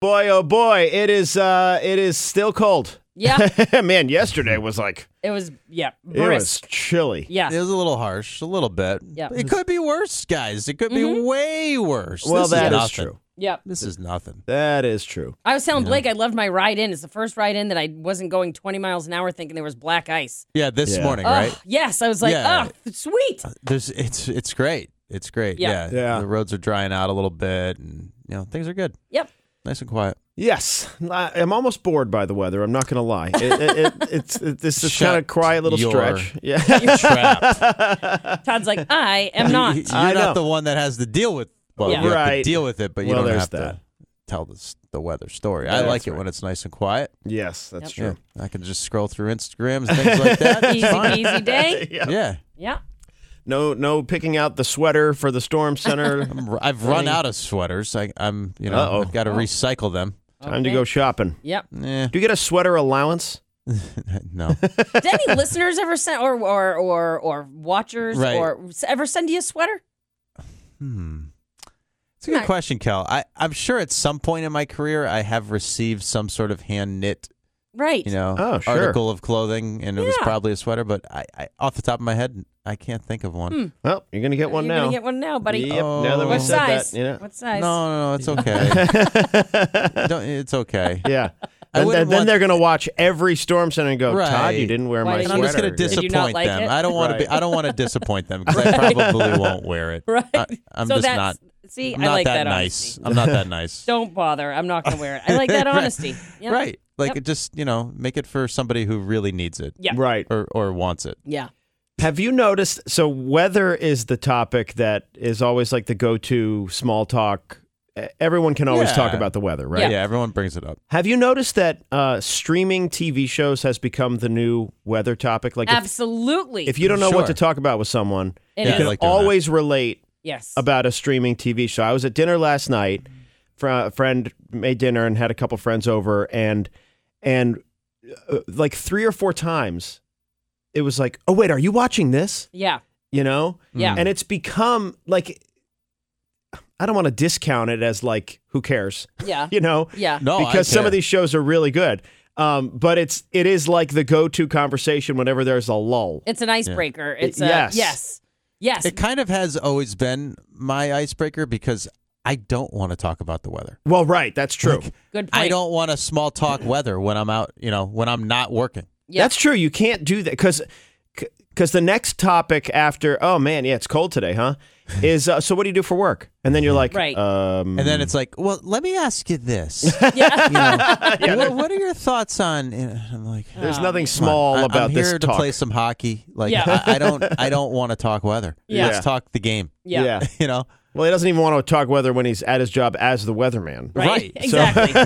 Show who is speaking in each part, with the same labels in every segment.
Speaker 1: Boy, oh boy, it is uh it is still cold.
Speaker 2: Yeah,
Speaker 1: Man, yesterday was like
Speaker 2: it was. Yeah,
Speaker 1: it was
Speaker 2: brisk.
Speaker 1: chilly.
Speaker 2: yeah,
Speaker 3: It was a little harsh, a little bit.
Speaker 2: Yeah. Mm-hmm.
Speaker 3: It could be worse, guys. It could be way worse.
Speaker 1: Well,
Speaker 3: This
Speaker 1: that is
Speaker 3: nothing.
Speaker 1: true.
Speaker 2: yeah.
Speaker 3: This is nothing.
Speaker 1: That is true.
Speaker 2: I was telling Blake I loved my ride in. It's the first ride in that I wasn't going 20 miles an hour thinking there was black ice.
Speaker 3: Yeah, this
Speaker 1: Yeah.
Speaker 3: morning,
Speaker 2: Oh,
Speaker 3: right?
Speaker 2: yes. I was like,
Speaker 3: Yeah.
Speaker 2: oh, sweet.
Speaker 3: There's it's it's great. It's great.
Speaker 2: Yeah.
Speaker 3: Yeah.
Speaker 1: Yeah.
Speaker 3: The roads are drying out a little bit and you know, things are good.
Speaker 2: Yep.
Speaker 3: Nice and quiet.
Speaker 1: Yes, I, I'm almost bored by the weather. I'm not going to lie. It, it, it, it's it, this is
Speaker 3: Shut
Speaker 1: kind of quiet little
Speaker 3: your-
Speaker 1: stretch. Yeah,
Speaker 3: Trapped.
Speaker 2: Todd's like, I am not.
Speaker 3: You're
Speaker 1: I know.
Speaker 3: not the one that has to deal with well,
Speaker 2: Yeah.
Speaker 3: you have to
Speaker 1: Right.
Speaker 3: deal with it, but you
Speaker 1: Well,
Speaker 3: don't
Speaker 1: there's
Speaker 3: have
Speaker 1: that.
Speaker 3: to tell the s- the weather story. I
Speaker 1: That's
Speaker 3: like it
Speaker 1: right.
Speaker 3: when it's nice and quiet.
Speaker 1: yes, that's
Speaker 3: Yeah.
Speaker 1: true.
Speaker 3: I can just scroll through Instagrams, things like that. It's
Speaker 2: easy,
Speaker 3: fine.
Speaker 2: easy day.
Speaker 1: Yeah.
Speaker 3: Yeah.
Speaker 2: Yeah.
Speaker 1: No, no picking out the sweater for the storm center.
Speaker 3: I'm, r- I've run out of sweaters. I, I'm, you know,
Speaker 1: Uh-oh. Oh.
Speaker 3: I've got to recycle them.
Speaker 1: Time to
Speaker 2: Okay.
Speaker 1: go shopping.
Speaker 2: Yep.
Speaker 3: Eh,
Speaker 1: Do you get a sweater allowance?
Speaker 3: no.
Speaker 2: Did any listeners ever send or or or or watchers
Speaker 3: Right.
Speaker 2: or s- ever send you a sweater?
Speaker 3: Hmm. It's a good
Speaker 2: Not-
Speaker 3: question, Kel. I, I'm sure at some point in my career I have received some sort of hand knit,
Speaker 2: Right.
Speaker 3: you know,
Speaker 1: Oh, sure.
Speaker 3: article of clothing, and it was
Speaker 2: Yeah.
Speaker 3: probably a sweater. But I, I, off the top of my head, I can't think of
Speaker 2: Hmm.
Speaker 3: one.
Speaker 1: Well, you're going to get one
Speaker 2: Uh, You're
Speaker 1: now.
Speaker 2: gonna get one now, buddy.
Speaker 1: Yep. Now that we
Speaker 2: What
Speaker 1: said
Speaker 2: size?
Speaker 1: that, you know.
Speaker 2: What size?
Speaker 3: No, no, no, it's okay. Don't, it's okay.
Speaker 1: Yeah.
Speaker 3: I
Speaker 1: And then,
Speaker 3: wouldn't
Speaker 1: then
Speaker 3: want-
Speaker 1: they're going to watch every storm center and go, Todd, you
Speaker 3: Right.
Speaker 1: didn't wear
Speaker 2: Why
Speaker 1: my
Speaker 2: didn't
Speaker 3: And
Speaker 1: sweater.
Speaker 3: I'm just gonna
Speaker 2: Did you
Speaker 3: disappoint
Speaker 2: not like
Speaker 3: them.
Speaker 2: it?
Speaker 3: I don't want to be.
Speaker 1: Right.
Speaker 3: I don't want to disappoint them because I probably won't wear it.
Speaker 2: Right.
Speaker 3: I, I'm
Speaker 2: so
Speaker 3: just
Speaker 2: that's,
Speaker 3: not.
Speaker 2: See,
Speaker 3: I'm
Speaker 2: I
Speaker 3: not
Speaker 2: like
Speaker 3: that,
Speaker 2: that,
Speaker 3: nice.
Speaker 2: honesty.
Speaker 3: I'm not that nice.
Speaker 2: Don't bother. I'm not gonna wear it. I like that
Speaker 3: Right.
Speaker 2: honesty. Yep.
Speaker 3: Right. Like
Speaker 2: Yep.
Speaker 3: it just you know make it for somebody who really needs it
Speaker 2: Yeah.
Speaker 1: Right.
Speaker 3: or or wants it.
Speaker 2: Yeah.
Speaker 1: Have you noticed? So, weather is the topic that is always like the go to small talk. E- Everyone can always
Speaker 3: Yeah.
Speaker 1: talk about the weather, right?
Speaker 2: Yeah.
Speaker 3: Yeah. everyone brings it up.
Speaker 1: Have you noticed that uh, streaming TV shows has become the new weather topic? Like, if,
Speaker 2: Absolutely.
Speaker 1: if you don't know what to
Speaker 3: Sure.
Speaker 1: talk about with someone,
Speaker 2: It
Speaker 1: you
Speaker 2: is.
Speaker 1: can
Speaker 3: I like doing that.
Speaker 1: always relate
Speaker 2: yes.
Speaker 1: about a streaming TV show. I was at dinner last night. Fr- A friend made dinner and had a couple friends over, and and uh, like three or four times, it was like, "Oh wait, are you watching this?"
Speaker 2: yeah.
Speaker 1: You know,
Speaker 3: Mm.
Speaker 2: Yeah.
Speaker 1: and it's become like I don't want to discount it as like who cares,
Speaker 2: Yeah.
Speaker 1: you know,
Speaker 2: Yeah.
Speaker 3: No, Oh, I
Speaker 1: because some
Speaker 3: care.
Speaker 1: of these shows are really good. Um, but it's it is like the go to conversation whenever there's a lull.
Speaker 2: It's an icebreaker. It's a
Speaker 1: yes.
Speaker 2: yes. Yes.
Speaker 3: it kind of has always been my icebreaker because I don't want to talk about the weather.
Speaker 1: Well, right, that's true.
Speaker 2: Good point.
Speaker 3: I don't want to small talk weather when I'm out. You know, when I'm not working.
Speaker 2: Yeah.
Speaker 1: That's true. You can't do that because because the next topic after oh man yeah it's cold today huh is uh, so what do you do for work and then you're like
Speaker 2: Right.
Speaker 3: Mm-hmm.
Speaker 1: um,
Speaker 3: And then it's like, well, let me ask you this.
Speaker 2: Yeah.
Speaker 3: You know, what, what are your thoughts on? And I'm like,
Speaker 1: there's
Speaker 2: Oh,
Speaker 1: nothing
Speaker 3: come on,
Speaker 1: small
Speaker 3: I-
Speaker 1: about
Speaker 3: I'm here
Speaker 1: this
Speaker 3: to
Speaker 1: talk
Speaker 3: play some hockey. Like,
Speaker 2: Yeah.
Speaker 3: I, I don't, I don't want to talk weather.
Speaker 2: Yeah.
Speaker 3: Let's talk the game.
Speaker 2: Yeah.
Speaker 1: yeah
Speaker 3: You know,
Speaker 1: well he doesn't even want to talk weather when he's at his job as the weatherman
Speaker 2: Right.
Speaker 3: Right.
Speaker 2: Exactly.
Speaker 1: so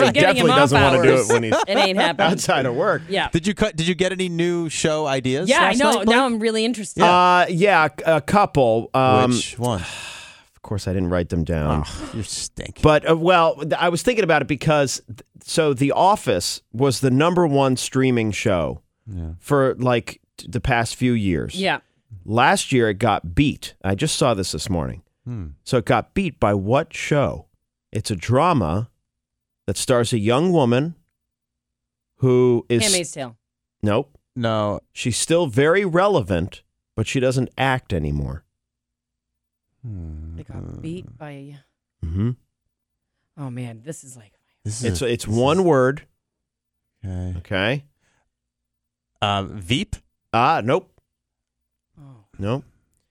Speaker 2: We're
Speaker 1: he
Speaker 2: getting
Speaker 1: definitely
Speaker 2: him off
Speaker 1: doesn't want to do
Speaker 2: hours.
Speaker 1: it when he's
Speaker 2: it ain't happening.
Speaker 1: outside of work
Speaker 2: Yeah.
Speaker 3: did you cut? Did you get any new show ideas?
Speaker 2: Yeah. I
Speaker 3: last
Speaker 2: know.
Speaker 3: night, Blake?
Speaker 2: now I'm really interested.
Speaker 1: uh yeah a couple um
Speaker 3: Which one?
Speaker 1: of course I didn't write them down
Speaker 3: you stink.
Speaker 1: But uh, well, th- I was thinking about it because th- so The Office was the number one streaming show for like t- the past few years.
Speaker 2: yeah.
Speaker 1: Last year it got beat. I just saw this this morning.
Speaker 3: Hmm.
Speaker 1: So it got beat by what show? It's a drama that stars a young woman who is
Speaker 2: Handmaid's Tale.
Speaker 1: nope.
Speaker 3: No,
Speaker 1: She's still very relevant, but she doesn't act anymore.
Speaker 3: Hmm.
Speaker 2: They
Speaker 3: Uh.
Speaker 2: got beat by.
Speaker 1: hmm
Speaker 2: Oh man, this is like.
Speaker 3: this is
Speaker 1: It's
Speaker 3: a-
Speaker 1: it's
Speaker 3: this
Speaker 1: one
Speaker 3: is-
Speaker 1: word.
Speaker 3: Okay.
Speaker 1: Okay.
Speaker 3: Um, Veep.
Speaker 1: Ah, nope.
Speaker 2: Oh.
Speaker 1: No.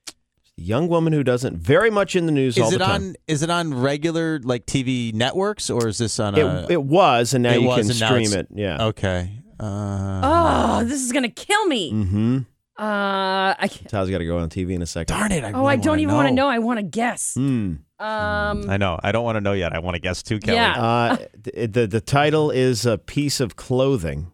Speaker 1: Just a young woman who doesn't very much in the news all
Speaker 3: Is
Speaker 1: the
Speaker 3: it
Speaker 1: time.
Speaker 3: on? Is it on regular like TV networks or is this on a?
Speaker 1: it, it was, and now
Speaker 3: it
Speaker 1: you
Speaker 3: was,
Speaker 1: can
Speaker 3: and now
Speaker 1: stream
Speaker 3: it's- Oh.
Speaker 1: it. Yeah.
Speaker 3: okay. Uh,
Speaker 2: Oh, this is gonna kill me.
Speaker 1: Mm-hmm.
Speaker 2: Uh, I can't.
Speaker 1: Todd's got to go on TV in a second.
Speaker 3: Darn it! I
Speaker 2: Oh, I
Speaker 3: really
Speaker 2: don't even want to know.
Speaker 3: know. Mm.
Speaker 2: I want to guess.
Speaker 1: Hmm.
Speaker 2: Um,
Speaker 3: I know. I don't want to know yet. I want to guess too, Kelly.
Speaker 2: Yeah.
Speaker 1: Uh, th- the the title is a piece of clothing.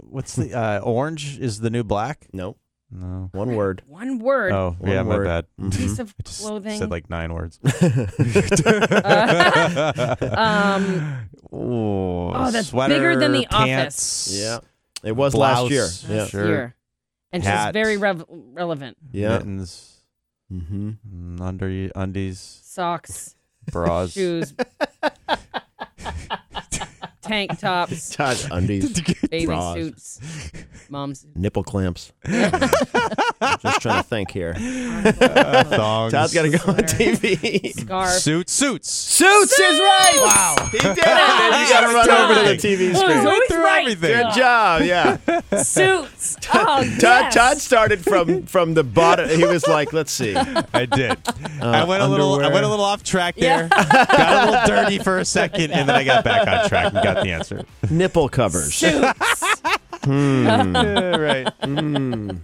Speaker 3: What's the uh, orange? Is the new black?
Speaker 1: No,
Speaker 3: No.
Speaker 1: one word.
Speaker 2: one word.
Speaker 3: Oh,
Speaker 1: One
Speaker 3: yeah, my
Speaker 1: word.
Speaker 3: bad.
Speaker 2: Piece of
Speaker 3: I just
Speaker 2: clothing.
Speaker 3: said like nine words.
Speaker 2: Um,
Speaker 3: Ooh,
Speaker 2: oh, that's
Speaker 3: sweater,
Speaker 2: bigger than The
Speaker 3: pants,
Speaker 1: yeah, it was last
Speaker 3: blouse,
Speaker 1: year.
Speaker 2: Last
Speaker 1: Yeah,
Speaker 2: year. And she's
Speaker 3: Hat.
Speaker 2: very rev- relevant.
Speaker 1: yeah.
Speaker 3: mittens,
Speaker 1: Mm-hmm.
Speaker 3: mm, under undies.
Speaker 2: Socks.
Speaker 3: bras.
Speaker 2: shoes, tank tops,
Speaker 1: Todd's undies,
Speaker 2: baby
Speaker 1: bras,
Speaker 2: suits, mom's.
Speaker 1: nipple clamps. Just trying to think here.
Speaker 3: uh, Thongs.
Speaker 1: Todd's got to go on
Speaker 2: Sweater.
Speaker 1: TV.
Speaker 2: Scarf.
Speaker 3: suits. Suits.
Speaker 1: Suits is right. Wow, he did it. Then you got to run over to the TV
Speaker 2: Oh, he's
Speaker 1: screen.
Speaker 2: always
Speaker 3: through
Speaker 2: right.
Speaker 3: everything.
Speaker 1: Good job. Yeah.
Speaker 2: Suits. Oh,
Speaker 1: Todd,
Speaker 2: yes.
Speaker 1: Todd started from from the bottom. He was like, "Let's see."
Speaker 3: I did. I went a little. I
Speaker 1: underwear.
Speaker 3: went a little off track there. got a little dirty for a second, and then I got back on track and got the answer.
Speaker 1: Nipple covers.
Speaker 2: Suits.
Speaker 3: Yeah, right.